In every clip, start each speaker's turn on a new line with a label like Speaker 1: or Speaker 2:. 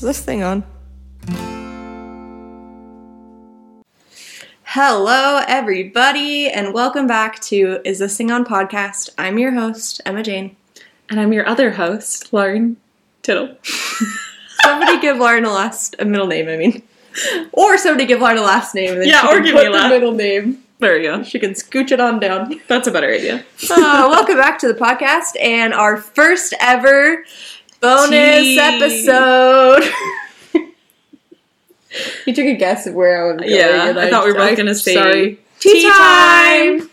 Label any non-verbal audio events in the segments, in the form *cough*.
Speaker 1: this thing on. Hello, everybody, and welcome back to Is This Thing On podcast. I'm your host, Emma Jane.
Speaker 2: And I'm your other host, Lauren Tittle.
Speaker 1: *laughs* Somebody give Lauren a last a middle name, I mean. Or somebody give Lauren a last name. And then
Speaker 2: Yeah,
Speaker 1: she
Speaker 2: or
Speaker 1: can
Speaker 2: give
Speaker 1: put
Speaker 2: me a
Speaker 1: the
Speaker 2: last-
Speaker 1: middle name.
Speaker 2: There you go.
Speaker 1: She can scooch it
Speaker 2: *laughs*
Speaker 1: on down.
Speaker 2: That's a better idea.
Speaker 1: uh, welcome back to the podcast and our first ever bonus
Speaker 2: Tea. *laughs*
Speaker 1: episode. you took a guess of where I was going.
Speaker 2: Yeah,
Speaker 1: and
Speaker 2: I thought we were both
Speaker 1: I-
Speaker 2: gonna say
Speaker 1: sorry.
Speaker 2: tea
Speaker 1: tea time.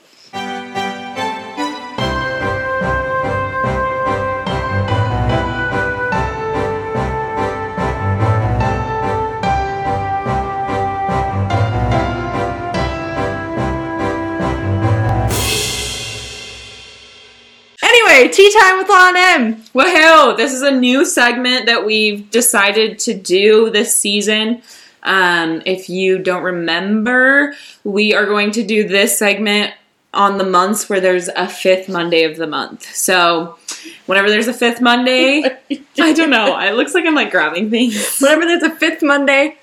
Speaker 1: Anyway, tea time with Lon M.
Speaker 2: Woohoo! This is a new segment that we've decided to do this season. Um, if you don't remember, we are going to do this segment on the months where there's a fifth Monday of the month. So, whenever there's a fifth Monday,
Speaker 1: *laughs*
Speaker 2: I don't know. It looks like I'm like grabbing things.
Speaker 1: Whenever there's a fifth Monday,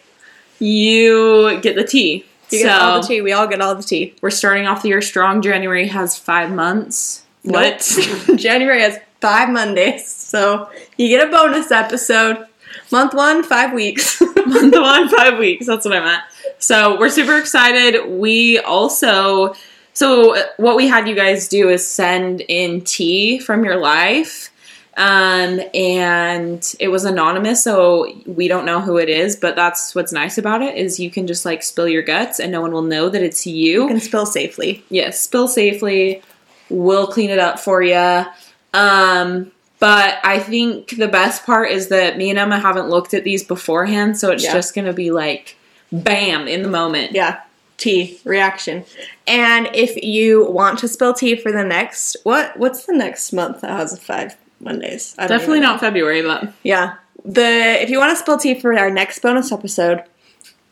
Speaker 2: You get the tea.
Speaker 1: you get all the tea. We all get all the tea.
Speaker 2: We're starting off the year strong. January has five months. What?
Speaker 1: *laughs* January has five Mondays, so you get a bonus episode. Month one, five weeks. *laughs*
Speaker 2: *laughs* Month one, five weeks. That's what I meant. So we're super excited. We also, so uh, what we had you guys do is send in tea from your life. Um, and it was anonymous, so we don't know who it is, but that's what's nice about it is you can just like spill your guts and no one will know that it's
Speaker 1: you can spill safely.
Speaker 2: yes, spill safely. We'll clean it up for you. Um, but I think the best part is that me and Emma haven't looked at these beforehand, so it's
Speaker 1: Yeah.
Speaker 2: just gonna be like, bam, in the moment.
Speaker 1: Yeah. Tea reaction. And if you want to spill tea for the next what what's the next month that has five Mondays? I don't
Speaker 2: Definitely
Speaker 1: even know.
Speaker 2: not February, but
Speaker 1: Yeah. The if you want to spill tea for our next bonus episode,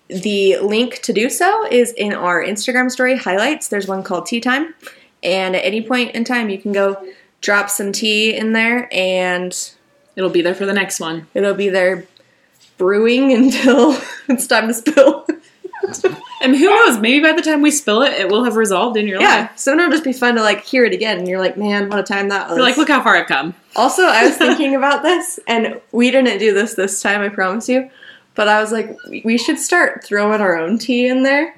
Speaker 1: the link to do so is in our Instagram story highlights. There's one called Tea Time. And at any point in time you can go drop some tea in there and
Speaker 2: it'll be there for the next one.
Speaker 1: it'll be there brewing *laughs* until it's time to spill.
Speaker 2: And who knows? Maybe by the time we spill it, it will have resolved in your life.
Speaker 1: yeah. So it'll just be fun to like hear it again and you're like, man, what a time that was.
Speaker 2: You're like, look how far I've come.
Speaker 1: Also, I
Speaker 2: *laughs*
Speaker 1: was thinking about this, and we didn't do this this time, I promise you. But I was like, we should start throwing our own tea in there,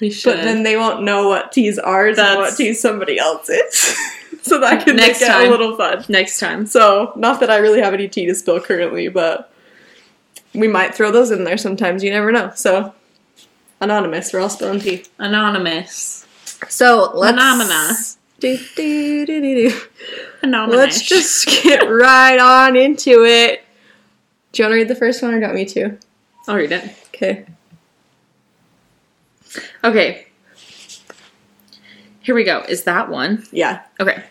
Speaker 2: We
Speaker 1: but
Speaker 2: should.
Speaker 1: then they won't know what tea's ours and
Speaker 2: That's-
Speaker 1: what tea somebody else's. *laughs* so that could
Speaker 2: Next
Speaker 1: make it
Speaker 2: time.
Speaker 1: a little fun.
Speaker 2: next time.
Speaker 1: So, not that I really have any tea to spill currently, but we might throw those in there sometimes. You never know. So, anonymous, we're all spilling tea.
Speaker 2: Anonymous.
Speaker 1: So let's.
Speaker 2: Phenomena.
Speaker 1: Do, do, do, do, do.
Speaker 2: Anonymous.
Speaker 1: Let's just get right on into it. Do you want to read the first one or do you want me to?
Speaker 2: I'll read it.
Speaker 1: Okay.
Speaker 2: Okay. Here we go. Is that one?
Speaker 1: Yeah.
Speaker 2: Okay.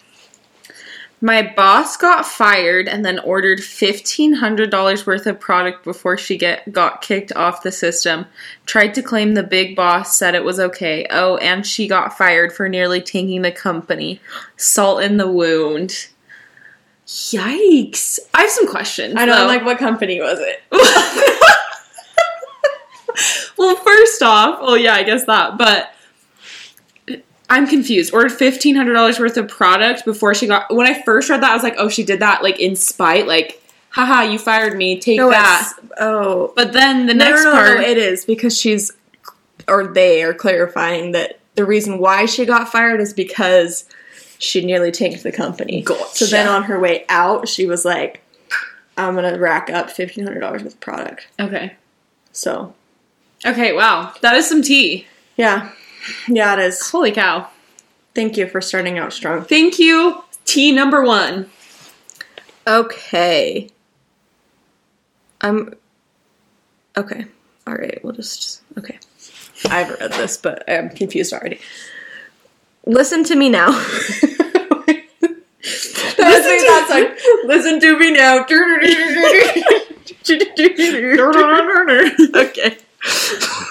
Speaker 2: My boss got fired and then ordered $1,500 worth of product before she get, got kicked off the system. Tried to claim the big boss said it was okay. Oh, and she got fired for nearly tanking the company. Salt in the wound. Yikes. I have some questions.
Speaker 1: I know. I'm
Speaker 2: though.
Speaker 1: like, what company was it?
Speaker 2: well, first off, well, yeah, I guess that, but I'm confused. Ordered fifteen hundred dollars worth of product before she got. When I first read that, I was like, oh, she did that like in spite, like, haha, you fired me, take that.
Speaker 1: it's- Oh.
Speaker 2: But then the
Speaker 1: No,
Speaker 2: next
Speaker 1: no, no,
Speaker 2: part,
Speaker 1: no, it is because she's, or they are clarifying that the reason why she got fired is because she nearly tanked the company. So
Speaker 2: Gotcha.
Speaker 1: then on her way out, she was like, I'm going to rack up $1,500 worth of product.
Speaker 2: okay,
Speaker 1: So,
Speaker 2: okay, wow, that is some tea.
Speaker 1: yeah. Yeah, it is.
Speaker 2: Holy cow!
Speaker 1: Thank you for starting out strong.
Speaker 2: Thank you, tea number one.
Speaker 1: Okay. I'm. Okay. All right. We'll just. Okay. I've read this, but I'm confused already. Listen to me now. *laughs* listen,
Speaker 2: to-
Speaker 1: listen to me now. okay.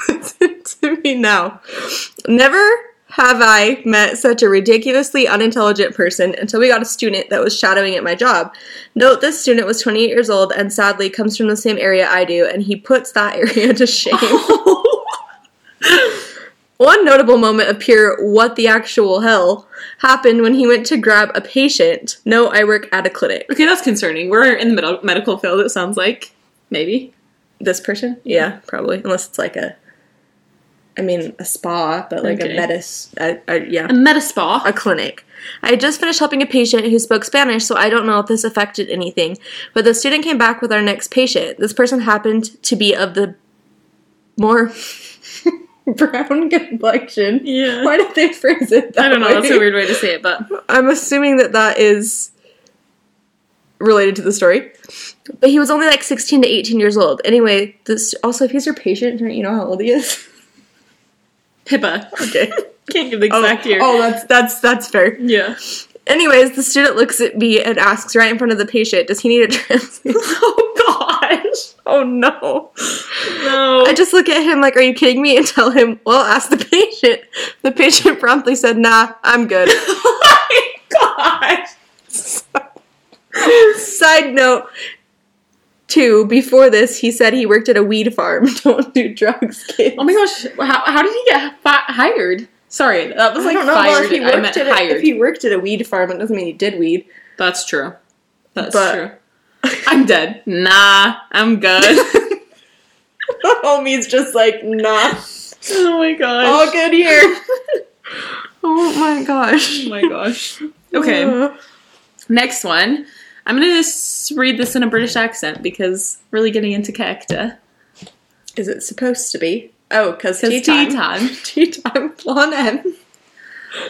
Speaker 1: listen to me now. Never have I met such a ridiculously unintelligent person until we got a student that was shadowing at my job. Note this student was 28 years old and sadly comes from the same area I do, and he puts that *laughs* area to shame. One notable moment of pure what the actual hell happened when he went to grab a patient. No, I work at a clinic.
Speaker 2: okay, that's concerning. We're in the middle medical field. It sounds like maybe.
Speaker 1: This person? Yeah, probably. Unless it's like a, I mean, a spa, but like
Speaker 2: Okay.
Speaker 1: a medis, a, a, yeah,
Speaker 2: A meta spa.
Speaker 1: a clinic. I had just finished helping a patient who spoke Spanish, so I don't know if this affected anything. But the student came back with our next patient. This person happened to be of the more *laughs* brown complexion.
Speaker 2: Yeah.
Speaker 1: Why did they phrase it that
Speaker 2: I don't know.
Speaker 1: way?
Speaker 2: That's a weird way to say it, but
Speaker 1: I'm assuming that that is related to the story. But he was only like 16 to 18 years old. Anyway, this also if he's your patient, don't you know how old he is?
Speaker 2: HIPAA.
Speaker 1: *laughs* Okay.
Speaker 2: Can't give the exact year.
Speaker 1: oh, that's that's that's fair.
Speaker 2: Yeah.
Speaker 1: Anyways, the student looks at me and asks right in front of the patient, "Does he need a *laughs* translator?"
Speaker 2: Oh gosh.
Speaker 1: oh no!
Speaker 2: No.
Speaker 1: I just look at him like, "Are you kidding me?" and tell him, "Well, ask the patient." The patient *laughs* promptly said, "Nah, I'm good."
Speaker 2: *laughs* oh my gosh.
Speaker 1: *laughs* Side note two, before this, he said he worked at a weed farm. *laughs* Don't do drugs, kid.
Speaker 2: Oh my gosh. How, how did he get fi- hired? Sorry, that was like
Speaker 1: well,
Speaker 2: fired. I meant
Speaker 1: at a,
Speaker 2: hired.
Speaker 1: if he worked at a weed farm, it doesn't mean he
Speaker 2: *laughs*
Speaker 1: did weed. *laughs*
Speaker 2: That's true. That's
Speaker 1: But-
Speaker 2: true. I'm dead. Nah, I'm
Speaker 1: *laughs*
Speaker 2: good.
Speaker 1: Homie's Oh, just
Speaker 2: *laughs*
Speaker 1: like, nah,
Speaker 2: oh my gosh.
Speaker 1: all good here. oh my gosh.
Speaker 2: *laughs* Oh
Speaker 1: *laughs*
Speaker 2: my gosh. Okay,
Speaker 1: Uh,
Speaker 2: next one. I'm gonna s- read this in a British accent because really getting into character.
Speaker 1: is it supposed to be? Oh, because
Speaker 2: Because
Speaker 1: tea,
Speaker 2: tea
Speaker 1: time.
Speaker 2: time.
Speaker 1: *laughs* Tea time, Lon M.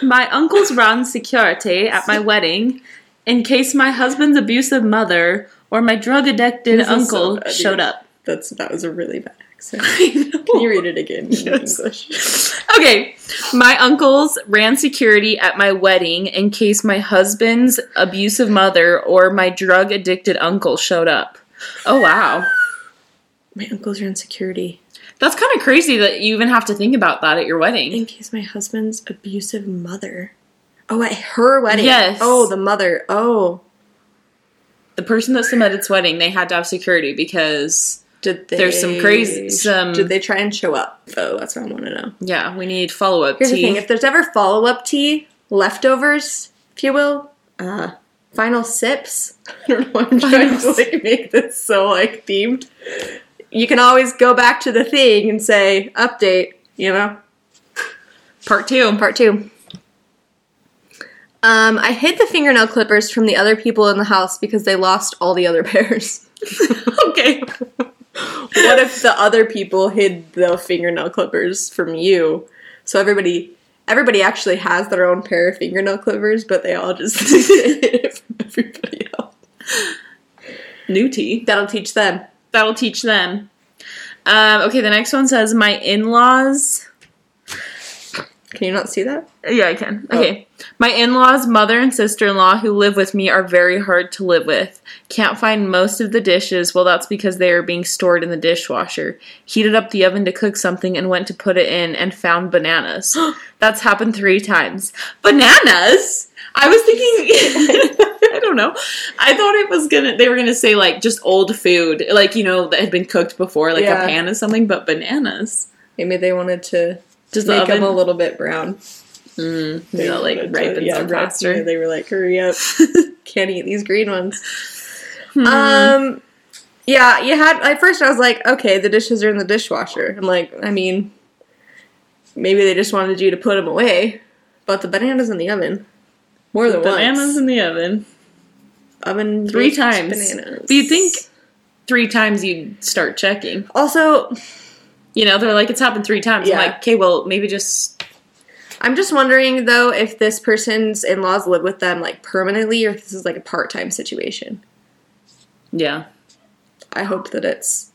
Speaker 2: My uncles ran security at my wedding in case my husband's abusive mother or my drug addicted
Speaker 1: This is so
Speaker 2: uncle
Speaker 1: bad,
Speaker 2: showed
Speaker 1: yeah.
Speaker 2: up. *laughs*
Speaker 1: That's that was a really bad accent.
Speaker 2: I *laughs*
Speaker 1: Can
Speaker 2: know.
Speaker 1: you read it again in
Speaker 2: Yes.
Speaker 1: English?
Speaker 2: Okay. My uncles ran security at my wedding in case my husband's abusive mother or my drug addicted uncle showed up. Oh, wow.
Speaker 1: My uncles are in security.
Speaker 2: That's kind of crazy that you even have to think about that at your wedding.
Speaker 1: In case my husband's abusive mother. Oh, at her wedding.
Speaker 2: Yes.
Speaker 1: Oh, the mother. Oh.
Speaker 2: The person that submitted wedding, they had to have security because,
Speaker 1: Did they
Speaker 2: There's some crazy- some-
Speaker 1: Did they try and show up? Oh, that's what I want to know.
Speaker 2: yeah, we need follow up
Speaker 1: Here's the thing:
Speaker 2: tea.
Speaker 1: if there's ever follow up tea, leftovers, if you will, uh, final sips. *laughs* I don't know. why I'm trying to
Speaker 2: Final
Speaker 1: like make this so like themed. You can always go back to the thing and say update. You know,
Speaker 2: Part
Speaker 1: *laughs*
Speaker 2: two.
Speaker 1: part two. Um, I hid the fingernail clippers from the other people in the house because they lost all the other *laughs* pairs.
Speaker 2: okay.
Speaker 1: what if the other people hid the fingernail clippers from you? So everybody everybody actually has their own pair of fingernail clippers, but they all just *laughs* hid it from everybody else.
Speaker 2: New tea.
Speaker 1: That'll teach them.
Speaker 2: That'll teach them. Um, okay, the next one says my in laws.
Speaker 1: Can you not see that?
Speaker 2: Yeah, I can.
Speaker 1: Oh.
Speaker 2: Okay. My in laws, mother, and sister in law who live with me are very hard to live with. Can't find most of the dishes. Well, that's because they are being stored in the dishwasher. Heated up the oven to cook something and went to put it in and found
Speaker 1: *gasps*
Speaker 2: bananas. that's happened three times. Bananas? I was thinking. *laughs* I don't know. I thought it was gonna. They were gonna say like just old food, like you know that had been cooked before, like
Speaker 1: Yeah.
Speaker 2: a pan or something. But bananas.
Speaker 1: Maybe they wanted to
Speaker 2: Does the
Speaker 1: make them
Speaker 2: oven
Speaker 1: a little bit brown.
Speaker 2: Mm,
Speaker 1: They
Speaker 2: you know, like
Speaker 1: wanted to-
Speaker 2: ripens
Speaker 1: yeah,
Speaker 2: them
Speaker 1: right,
Speaker 2: faster?
Speaker 1: yeah, They were like, hurry up.
Speaker 2: *laughs*
Speaker 1: Can't eat these green ones.
Speaker 2: Hmm.
Speaker 1: Um yeah, you had at first I was like, okay, the dishes are in the dishwasher. I'm like, I mean, maybe they just wanted you to put them away, but the bananas in the oven more than
Speaker 2: bananas
Speaker 1: once.
Speaker 2: in the oven.
Speaker 1: oven
Speaker 2: Three
Speaker 1: baked
Speaker 2: times.
Speaker 1: Bananas.
Speaker 2: Do you think three times you'd start checking?
Speaker 1: Also,
Speaker 2: You know, they're like, it's happened three times.
Speaker 1: Yeah.
Speaker 2: I'm like, okay, well, maybe just.
Speaker 1: I'm just wondering though if this person's in-laws live with them like permanently or if this is like a part-time situation.
Speaker 2: Yeah.
Speaker 1: I hope that it's.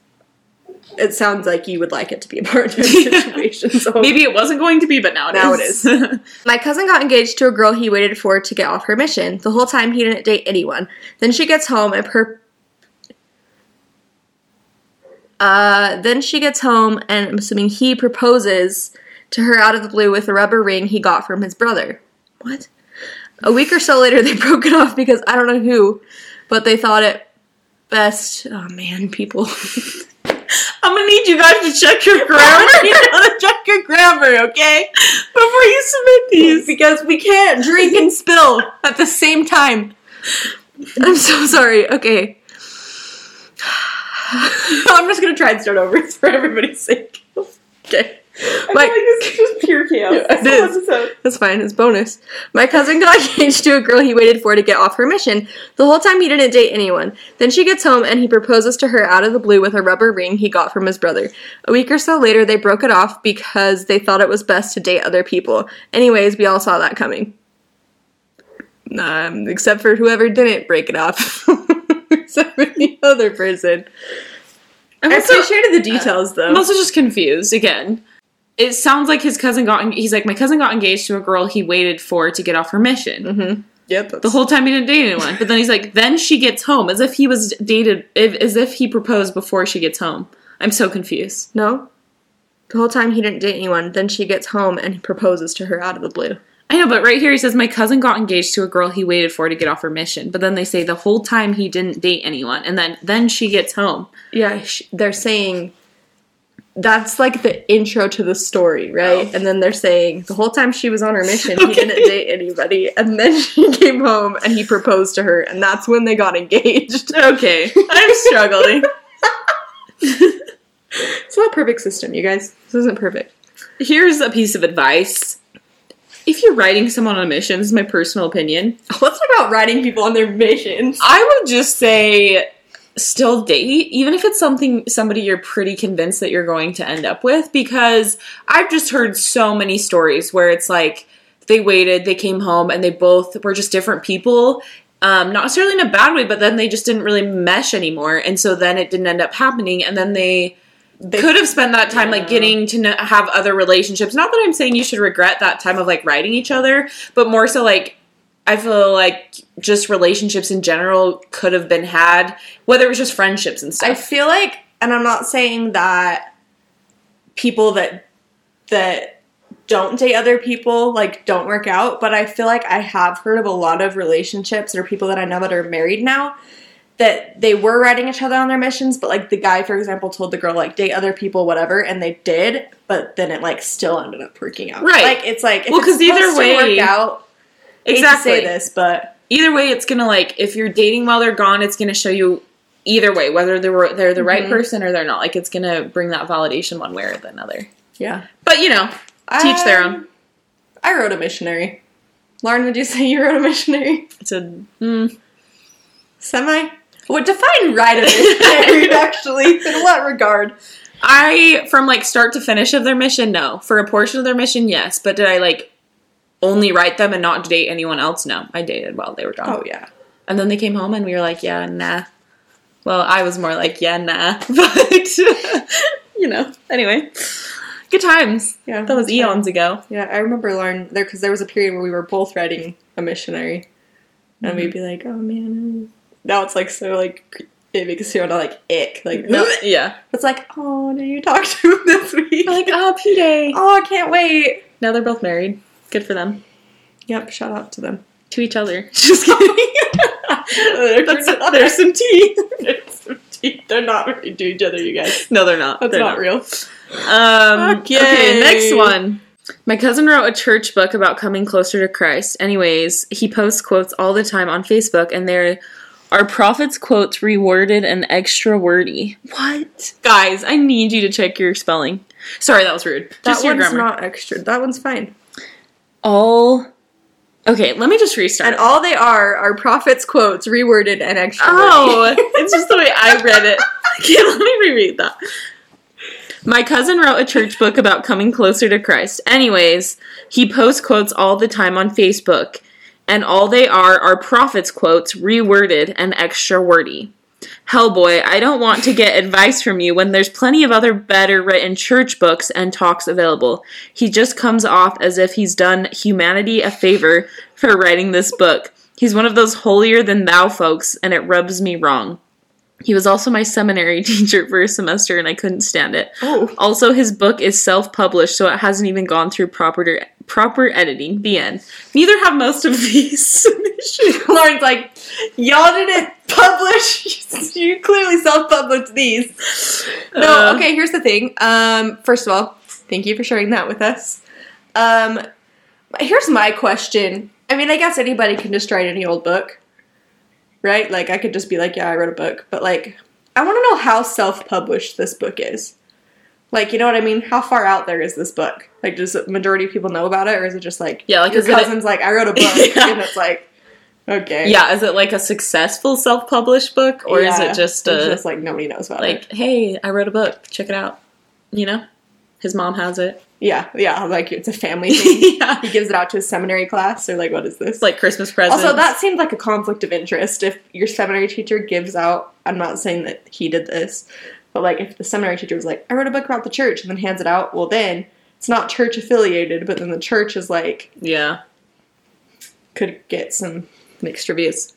Speaker 1: It sounds like you would like it to be
Speaker 2: *laughs*
Speaker 1: a part-time situation. So
Speaker 2: Maybe it wasn't going to be, but now it
Speaker 1: Now it
Speaker 2: is. *laughs*
Speaker 1: My cousin got engaged to a girl he waited for to get off her mission. The whole time he didn't date anyone. Then she gets home and her. Uh, then she gets home and I'm assuming he proposes to her out of the blue with a rubber ring he got from his brother. What? A week or so later, *laughs* they broke it off because I don't know who, but they thought it best. Oh man, people. *laughs*
Speaker 2: I'm gonna need you guys to check *laughs* your grammar. you gotta check your grammar, okay? Before you submit these.
Speaker 1: because we can't drink and spill at the same time. I'm so sorry. Okay. *sighs* I'm just gonna try and start over *laughs* for everybody's sake. Okay.
Speaker 2: I feel like this is just pure *laughs* chaos.
Speaker 1: Yeah, it
Speaker 2: This
Speaker 1: is.
Speaker 2: episode.
Speaker 1: That's fine, it's bonus. My cousin got *laughs* engaged to a girl he waited for to get off her mission. The whole time he didn't date anyone. Then she gets home and he proposes to her out of the blue with a rubber ring he got from his brother. A week or so later, they broke it off because they thought it was best to date other people. Anyways, we all saw that coming. Um, except for whoever didn't break it off. *laughs* except for the other person.
Speaker 2: I'm
Speaker 1: I
Speaker 2: also- uh,
Speaker 1: appreciated the details though.
Speaker 2: I'm also just confused again. It sounds like his cousin got. He's like, my cousin got engaged to a girl he waited for to get off her mission.
Speaker 1: yep.
Speaker 2: The whole time he didn't date anyone. But then he's like, then she gets home, as if he was dated, if, as if he proposed before she gets home. I'm so confused.
Speaker 1: No. The whole time he didn't date anyone. Then she gets home and he proposes to her out of the blue.
Speaker 2: I know, but right here he says, my cousin got engaged to a girl he waited for to get off her mission. But then they say the whole time he didn't date anyone, and then then she gets home.
Speaker 1: Yeah, sh- they're saying that's like the intro to the story, right? And then they're saying the whole time she was on her mission, he
Speaker 2: Okay.
Speaker 1: didn't date anybody. And then *laughs* she came home and he proposed to her, and that's when they got engaged. *laughs*
Speaker 2: Okay, I'm struggling.
Speaker 1: It's not a perfect system, you guys. This isn't perfect.
Speaker 2: Here's a piece of advice. If you're writing someone on a mission, this is my personal opinion.
Speaker 1: Let's talk about writing people on their missions.
Speaker 2: I would just say still date even if it's something somebody you're pretty convinced that you're going to end up with because I've just heard so many stories where it's like they waited, they came home and they both were just different people. Um, not necessarily in a bad way, but then they just didn't really mesh anymore, and so then it didn't end up happening. And then they
Speaker 1: They
Speaker 2: could have spent that time like
Speaker 1: Yeah.
Speaker 2: getting to kn- have other relationships. Not that I'm saying you should regret that time of like writing each other, but more so like I feel like just relationships in general could have been had, whether it was just friendships and
Speaker 1: I
Speaker 2: stuff.
Speaker 1: feel like, and I'm not saying that people that that don't date other people like don't work out, but I feel like I have heard of a lot of relationships or people that I know that are married now that they were writing each other on their missions, but like the guy, for example, told the girl like date other people, whatever, and they did, but then it like still ended up working out.
Speaker 2: Right.
Speaker 1: Like it's like if
Speaker 2: Well,
Speaker 1: well,
Speaker 2: 'cause
Speaker 1: it's
Speaker 2: either
Speaker 1: either way,
Speaker 2: way-
Speaker 1: work out. I hate to say this, but
Speaker 2: Either way, it's gonna like if you're dating while they're gone, it's gonna show you either way whether they were they're the right
Speaker 1: Mhm.
Speaker 2: person or they're not. Like it's gonna bring that validation one way or the another.
Speaker 1: yeah,
Speaker 2: But you know, teach their own.
Speaker 1: Um, I wrote a missionary. Lauren, would you *laughs* say you wrote a missionary?
Speaker 2: It's a mm,
Speaker 1: Semi? Would define right of *laughs* missionary, actually. In what regard?
Speaker 2: I from like start to finish of their mission, no. For a portion of their mission, yes. But did I like only write them and not date anyone else? No, I dated while they were gone.
Speaker 1: Oh, yeah.
Speaker 2: And then they came home and we were like, yeah, nah. Well, I was more like, yeah, nah. *laughs* But, you know, anyway. Good times.
Speaker 1: Yeah.
Speaker 2: That was eons ago.
Speaker 1: Yeah, I remember Lauren, there, because there was a period where we were both writing a missionary. And we'd be like, oh, man. oh." Now it's like so, like, it makes you want to, like, ick. Like, no.
Speaker 2: *laughs* yeah.
Speaker 1: It's like, oh, did you talk to him this *laughs* week?
Speaker 2: Like, oh, P Day.
Speaker 1: oh, I can't wait.
Speaker 2: Now they're both married. Good for them.
Speaker 1: Yep, shout out to them.
Speaker 2: To each other. *laughs* Just kidding.
Speaker 1: That's-
Speaker 2: Oh. *laughs* That's- there's some tea.
Speaker 1: *laughs*
Speaker 2: *laughs*
Speaker 1: They're not married to each other, you guys.
Speaker 2: No, they're not.
Speaker 1: That's
Speaker 2: they're
Speaker 1: not, real.
Speaker 2: Um,
Speaker 1: Okay.
Speaker 2: okay. next one. My cousin wrote a church book about coming closer to Christ. Anyways, he posts quotes all the time on Facebook, and there are prophets' quotes reworded and extra wordy. What? Guys, I need you to check your spelling. Sorry, that was rude.
Speaker 1: That
Speaker 2: Just your
Speaker 1: one's
Speaker 2: grammar.
Speaker 1: not extra. That one's fine.
Speaker 2: all. Okay, let me just restart.
Speaker 1: And all they are are prophets' quotes, reworded and extra.
Speaker 2: Oh, it's just the way I read it. *laughs* Okay, let me reread that. My cousin wrote a church book about coming closer to Christ. Anyways, he posts quotes all the time on Facebook, and all they are are prophets' quotes, reworded and extra wordy. Hellboy, I don't want to get advice from you when there's plenty of other better written church books and talks available. He just comes off as if he's done humanity a favor for writing this book. He's one of those holier than thou folks, and it rubs me wrong. He was also my seminary *laughs* teacher for a semester and I couldn't stand it.
Speaker 1: Oh.
Speaker 2: Also, his book is self published, so it hasn't even gone through proper proper editing. The end. Neither have most of these *laughs* submissions.
Speaker 1: *laughs* Lauren's like, y'all didn't publish. *laughs* you clearly self-published these. No,
Speaker 2: Uh.
Speaker 1: okay. Here's the thing. Um, first of all, thank you for sharing that with us. Um, here's my question. I mean, I guess anybody can just write any old book, right? Like, I could just be like, yeah, I wrote a book, but like, I want to know how self-published this book is. Like, you know what I mean? How far out there is this book? Like, does the majority of people know about it, or is it just like,
Speaker 2: Yeah, like,
Speaker 1: your
Speaker 2: is it a-
Speaker 1: cousin's like, I wrote a book,
Speaker 2: *laughs* Yeah.
Speaker 1: and it's like, okay,
Speaker 2: Yeah, is it like a successful self published book or is
Speaker 1: Yeah,
Speaker 2: it just
Speaker 1: it's
Speaker 2: a
Speaker 1: just like nobody knows about it?
Speaker 2: like, hey, I wrote a book, check it out? You know? His mom has
Speaker 1: *laughs*
Speaker 2: it.
Speaker 1: Yeah, yeah, like it's
Speaker 2: *laughs*
Speaker 1: a family thing.
Speaker 2: yeah.
Speaker 1: he gives it out to his seminary class, or like, what is this?
Speaker 2: It's like Christmas presents.
Speaker 1: also, that seemed like a conflict of interest. If your seminary teacher gives out, I'm not saying that he did this, but like if the seminary teacher was like, I wrote a book about the church and then hands it out, well, then it's not church affiliated, but then the church is like,
Speaker 2: Yeah.
Speaker 1: could get some mixed reviews.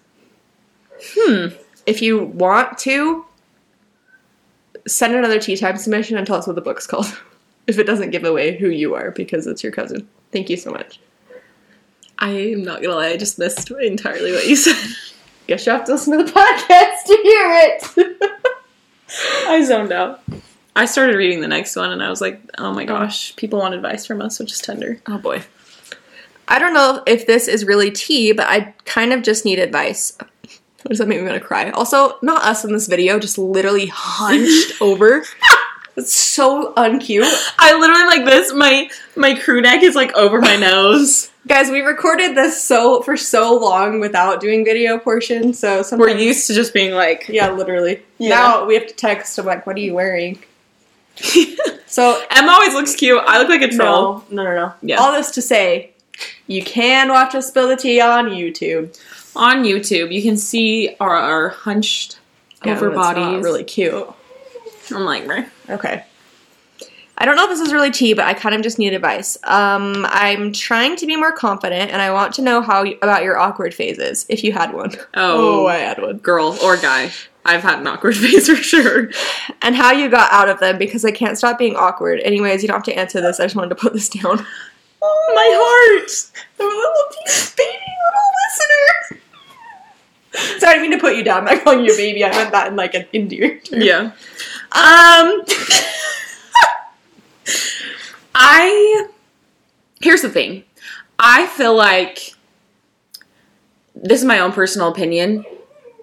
Speaker 2: Hmm.
Speaker 1: If you want to, send another tea time submission and tell us what the book's called. *laughs* If it doesn't give away who you are because it's your cousin. Thank you so much.
Speaker 2: I am not gonna lie, I just missed entirely what you
Speaker 1: *laughs*
Speaker 2: said.
Speaker 1: Guess you have to listen to the *laughs* podcast to hear it. *laughs*
Speaker 2: I zoned out. I started reading the next one and I was like, oh my gosh, people want advice from us, which is tender.
Speaker 1: oh boy. I don't know if this is really tea, but I kind of just need advice. What does that make me want to cry? Also, not us in this video, just literally hunched over. It's so uncute.
Speaker 2: I literally like this, my my crew neck is like over my *laughs* nose.
Speaker 1: Guys, we recorded this so for so long without doing video portion, so
Speaker 2: We're
Speaker 1: sometimes
Speaker 2: used to just being like *laughs*
Speaker 1: yeah, literally.
Speaker 2: Yeah.
Speaker 1: Now we have to text. I'm like, what are you wearing? So
Speaker 2: Em always looks cute. I look like a troll.
Speaker 1: no, no, no, no.
Speaker 2: Yeah.
Speaker 1: All this to say, you can watch us spill the tea on YouTube.
Speaker 2: On YouTube, you can see our, our hunched over
Speaker 1: Yeah, Oh, that's not
Speaker 2: bodies.
Speaker 1: really cute.
Speaker 2: I'm like, meh.
Speaker 1: Okay. I don't know if this is really tea, but I kind of just need advice. Um, I'm trying to be more confident, and I want to know how about your awkward phases, if you had one. *laughs*
Speaker 2: Oh.
Speaker 1: I had one.
Speaker 2: girl or guy. I've had an awkward *laughs* phase for sure.
Speaker 1: and how you got out of them because I can't stop being awkward. Anyways, you don't have to answer this. I just wanted to put this *laughs* down. Oh,
Speaker 2: My heart.
Speaker 1: I'm a little te- Oh, baby little listener. Sorry, I didn't mean to put you down. I'm not calling you a baby. I meant that in like an endeared.
Speaker 2: Yeah. Um I here's the thing. I feel like this is my own personal opinion.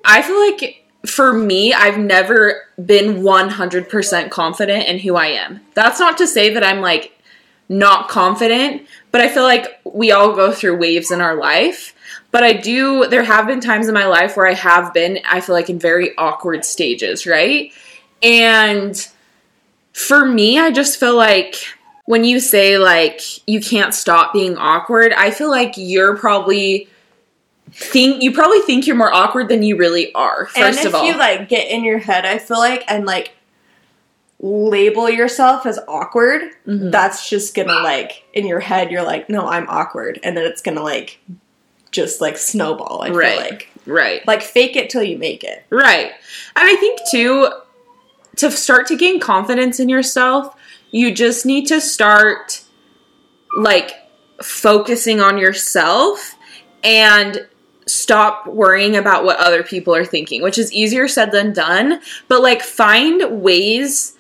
Speaker 2: I feel like for me, I've never been 100% confident in who I am. That's not to say that I'm like not confident, but I feel like we all go through waves in our life. But I do, there have been times in my life where I have been, I feel like in very awkward stages, right? And for me, I just feel like when you say like you can't stop being awkward, I feel like you're probably think you probably think you're more awkward than you really are. First
Speaker 1: and
Speaker 2: of all,
Speaker 1: if you like get in your head, I feel like and like label yourself as awkward,
Speaker 2: Mhm.
Speaker 1: that's just gonna like in your head you're like, no, I'm awkward, and then it's gonna like just like snowball. I
Speaker 2: Right.
Speaker 1: feel like
Speaker 2: right?
Speaker 1: like fake it till you make it.
Speaker 2: Right. And I think too, to start to gain confidence in yourself, you just need to start like focusing on yourself and stop worrying about what other people are thinking, which is easier said than done. But like find ways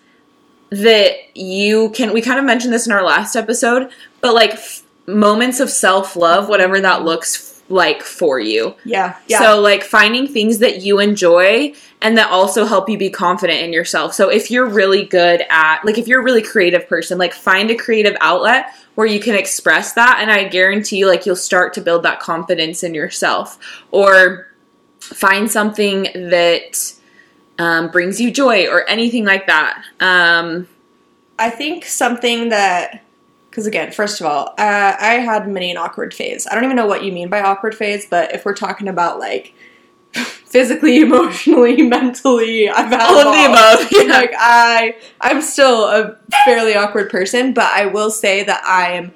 Speaker 2: that you can we kind of mentioned this in our last episode, but like f- moments of self-love, whatever that looks like for you.
Speaker 1: Yeah, yeah.
Speaker 2: So, like finding things that you enjoy and that also help you be confident in yourself. So, if you're really good at, like, if you're a really creative person, like, find a creative outlet where you can express that. And I guarantee, like, you'll start to build that confidence in yourself. Or find something that um, brings you joy or anything like that. Um,
Speaker 1: I think something that, because again, first of all, uh, I had many an awkward phase. I don't even know what you mean by awkward phase, but if we're talking about like *laughs* physically, *laughs* emotionally, mentally, I've had
Speaker 2: all of the above. Yeah.
Speaker 1: *laughs* Like I, I'm still a fairly awkward person, but I will say that I am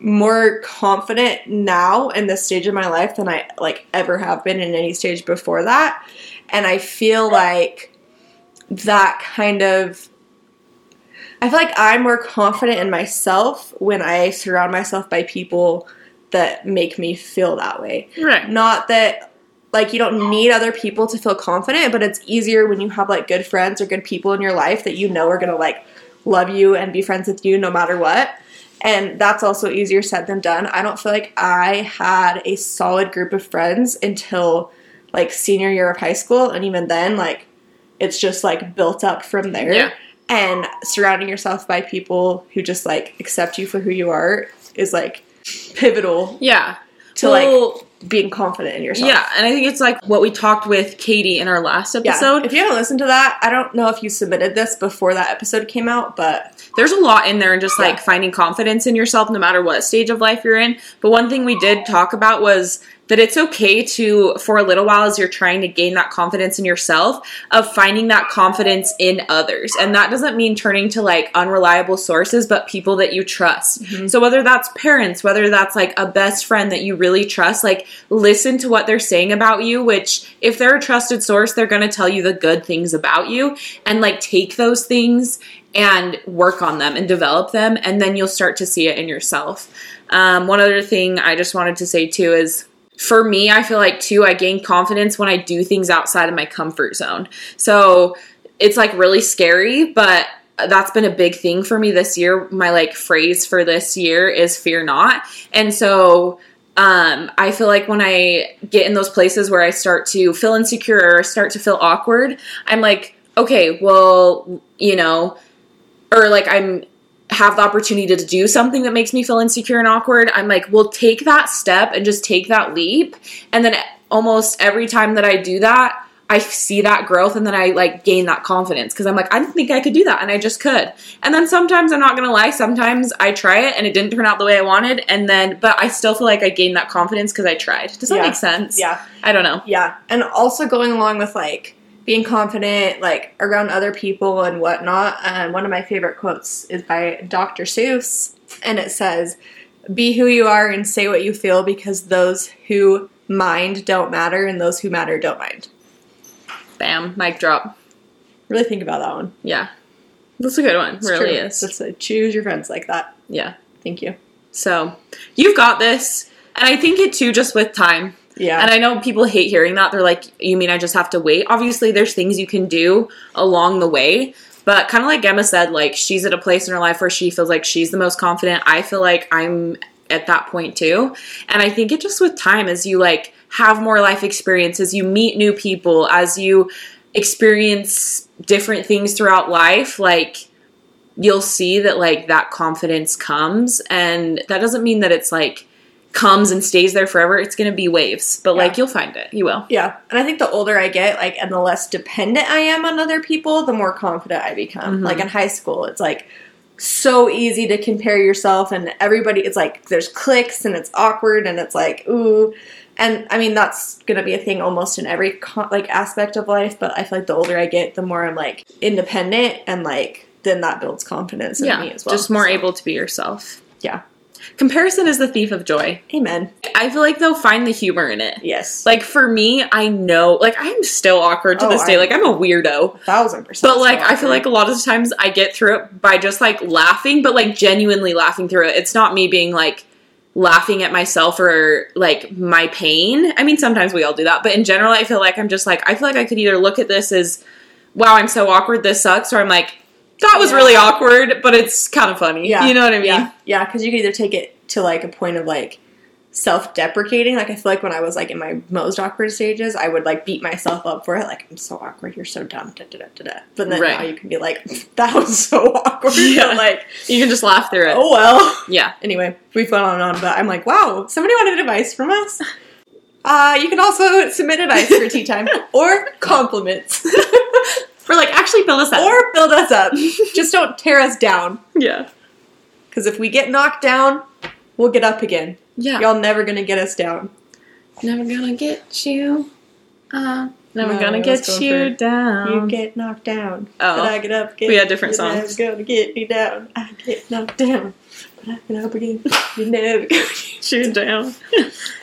Speaker 1: more confident now in this stage of my life than I like ever have been in any stage before that, and I feel like that kind of I feel like I'm more confident in myself when I surround myself by people that make me feel that way.
Speaker 2: Right.
Speaker 1: Not that like you don't need other people to feel confident, but it's easier when you have like good friends or good people in your life that you know are going to like love you and be friends with you no matter what. And that's also easier said than done. I don't feel like I had a solid group of friends until like senior year of high school and even then like it's just like built up from there
Speaker 2: Yeah.
Speaker 1: and surrounding yourself by people who just like accept you for who you are is like pivotal
Speaker 2: Yeah.
Speaker 1: to like being confident in yourself
Speaker 2: yeah, and I think it's like what we talked with Katie in our last
Speaker 1: Yeah.
Speaker 2: episode.
Speaker 1: if you haven't listened to that i don't know if you submitted this before that episode came out but
Speaker 2: there's a lot in there and just like
Speaker 1: Yeah.
Speaker 2: finding confidence in yourself no matter what stage of life you're in but one thing we did talk about was that it's okay to for a little while as you're trying to gain that confidence in yourself of finding that confidence in others and that doesn't mean turning to like unreliable sources but people that you trust so whether that's parents whether that's like a best friend that you really trust like listen to what they're saying about you which if they're a trusted source they're going to tell you the good things about you and like take those things and work on them and develop them, and then you'll start to see it in yourself. Um, one other thing I just wanted to say too is for me, I feel like too, I gain confidence when I do things outside of my comfort zone. So it's like really scary, but that's been a big thing for me this year. My like phrase for this year is fear not. And so um, I feel like when I get in those places where I start to feel insecure or start to feel awkward, I'm like, okay, well, you know, or like I'm have the opportunity to do something that makes me feel insecure and awkward, I'm like, well, take that step and just take that leap. And then almost every time that I do that, I see that growth and then I like gain that confidence because I'm like, I didn't think I could do that and I just could. And then sometimes I'm not gonna lie, sometimes I try it and it didn't turn out the way I wanted. And then, but I still feel like I gained that confidence because I tried. Does that
Speaker 1: Yeah.
Speaker 2: make sense?
Speaker 1: yeah
Speaker 2: I don't know.
Speaker 1: yeah and also going along with like being confident like around other people and whatnot um, one of my favorite quotes is by dr seuss and it says be who you are and say what you feel because those who mind don't matter and those who matter don't mind
Speaker 2: Bam, mic drop.
Speaker 1: really think about that one
Speaker 2: Yeah. That's a good one.
Speaker 1: It's
Speaker 2: really
Speaker 1: true.
Speaker 2: is.
Speaker 1: That's a- choose your friends like that
Speaker 2: yeah.
Speaker 1: thank you
Speaker 2: So you've got this. And I think it too, just with time.
Speaker 1: yeah
Speaker 2: And I know people hate hearing that. They're like, you mean I just have to wait? Obviously, there's things you can do along the way. But kind of like Emma said, like she's at a place in her life where she feels like she's the most confident. I feel like I'm at that point too. And I think it just with time, as you like have more life experiences, you meet new people, as you experience different things throughout life, like you'll see that like that confidence comes and that doesn't mean that it's like comes and stays there forever it's going to be waves but like
Speaker 1: Yeah.
Speaker 2: you'll find it you will
Speaker 1: yeah and i think the older i get like and the less dependent i am on other people the more confident i become
Speaker 2: Mhm.
Speaker 1: like in high school it's like so easy to compare yourself and everybody it's like there's clicks and it's awkward and it's like ooh and i mean that's gonna be a thing almost in every co- like aspect of life but i feel like the older i get the more i'm like independent and like then that builds confidence in
Speaker 2: yeah
Speaker 1: me as well
Speaker 2: just more
Speaker 1: So,
Speaker 2: able to be yourself
Speaker 1: yeah
Speaker 2: comparison is the thief of joy
Speaker 1: amen
Speaker 2: i feel like they'll find the humor in it
Speaker 1: yes
Speaker 2: like for me i know like i'm still awkward to
Speaker 1: Oh,
Speaker 2: this day
Speaker 1: I-
Speaker 2: like i'm a weirdo
Speaker 1: thousand percent
Speaker 2: But like I feel like a lot of the times I get through it by just like laughing, but like genuinely laughing through it. It's not me being like laughing at myself or like my pain. I mean sometimes we all do that, but in general I feel like I'm just like I feel like I could either look at this as wow, I'm so awkward, this sucks, or I'm like that was
Speaker 1: Yeah.
Speaker 2: really awkward, but it's kind of funny. You know what I mean?
Speaker 1: Yeah, yeah. Because you can either take it to like a point of like self-deprecating. Like I feel like when I was like in my most awkward stages, I would like beat myself up for it. Like I'm so awkward. You're so dumb. Da, da, da, da, da. But then
Speaker 2: Right.
Speaker 1: now you can be like, *laughs* that was so awkward.
Speaker 2: Yeah.
Speaker 1: But, like
Speaker 2: You can just laugh through it.
Speaker 1: oh well.
Speaker 2: Yeah.
Speaker 1: Anyway, we've gone on and on, but I'm like, wow, somebody wanted advice from us. Uh, you can also submit advice for
Speaker 2: *laughs*
Speaker 1: tea time or compliments
Speaker 2: We're like actually build us up.
Speaker 1: or build us up. Just don't tear us down.
Speaker 2: yeah.
Speaker 1: Because if we get knocked down, we'll get up again.
Speaker 2: Yeah.
Speaker 1: *laughs* Y'all never gonna get us down.
Speaker 2: Never gonna get you. Uh, never
Speaker 1: No, I
Speaker 2: gonna
Speaker 1: was
Speaker 2: get
Speaker 1: going for
Speaker 2: you
Speaker 1: it.
Speaker 2: down.
Speaker 1: you get knocked down,
Speaker 2: Oh.
Speaker 1: but I get up again.
Speaker 2: We had different
Speaker 1: You're
Speaker 2: songs.
Speaker 1: Never gonna get me down. I get knocked down, but I get up again. *laughs* You never.
Speaker 2: Shoot down.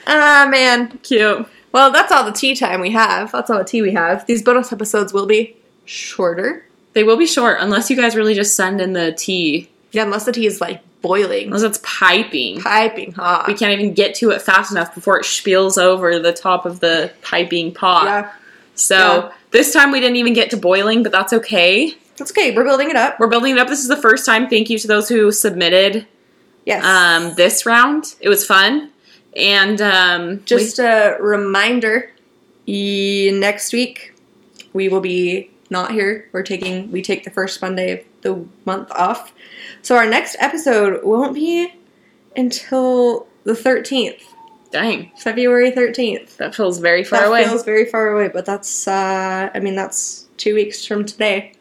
Speaker 1: Ah man.
Speaker 2: Cute.
Speaker 1: Well, that's all the tea time we have. That's all the tea we have. These bonus episodes will be shorter.
Speaker 2: They will be short unless you guys really just send in the tea.
Speaker 1: Yeah, unless the tea is like boiling,
Speaker 2: Unless it's piping.
Speaker 1: piping hot.
Speaker 2: We can't even get to it fast enough before it spills over the top of the piping pot.
Speaker 1: yeah,
Speaker 2: So
Speaker 1: Yeah.
Speaker 2: this time we didn't even get to boiling, but that's okay.
Speaker 1: that's okay. We're building it up.
Speaker 2: We're building it up. This is the first time. Thank you to those who submitted
Speaker 1: Yes.
Speaker 2: um, this round. It was fun. And um,
Speaker 1: Just a reminder: e- next week we will be not here. We're taking we take the first Monday of the month off, so our next episode won't be until the thirteenth,
Speaker 2: we- dang,
Speaker 1: February thirteenth.
Speaker 2: that feels very far
Speaker 1: that
Speaker 2: away.
Speaker 1: feels very far away, but that's uh, I mean that's two weeks from today.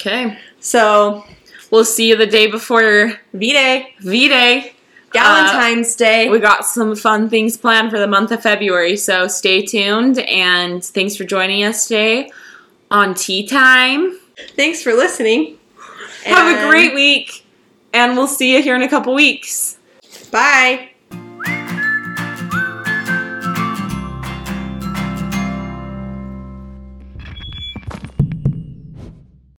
Speaker 2: okay.
Speaker 1: So
Speaker 2: We'll see you the day before
Speaker 1: V Day,
Speaker 2: V Day.
Speaker 1: Valentine's Day.
Speaker 2: Uh, We got some fun things planned for the month of February, so stay tuned and thanks for joining us today on Tea Time.
Speaker 1: Thanks for listening.
Speaker 2: Have a
Speaker 1: And
Speaker 2: great week, and we'll see you here in a couple weeks.
Speaker 1: bye.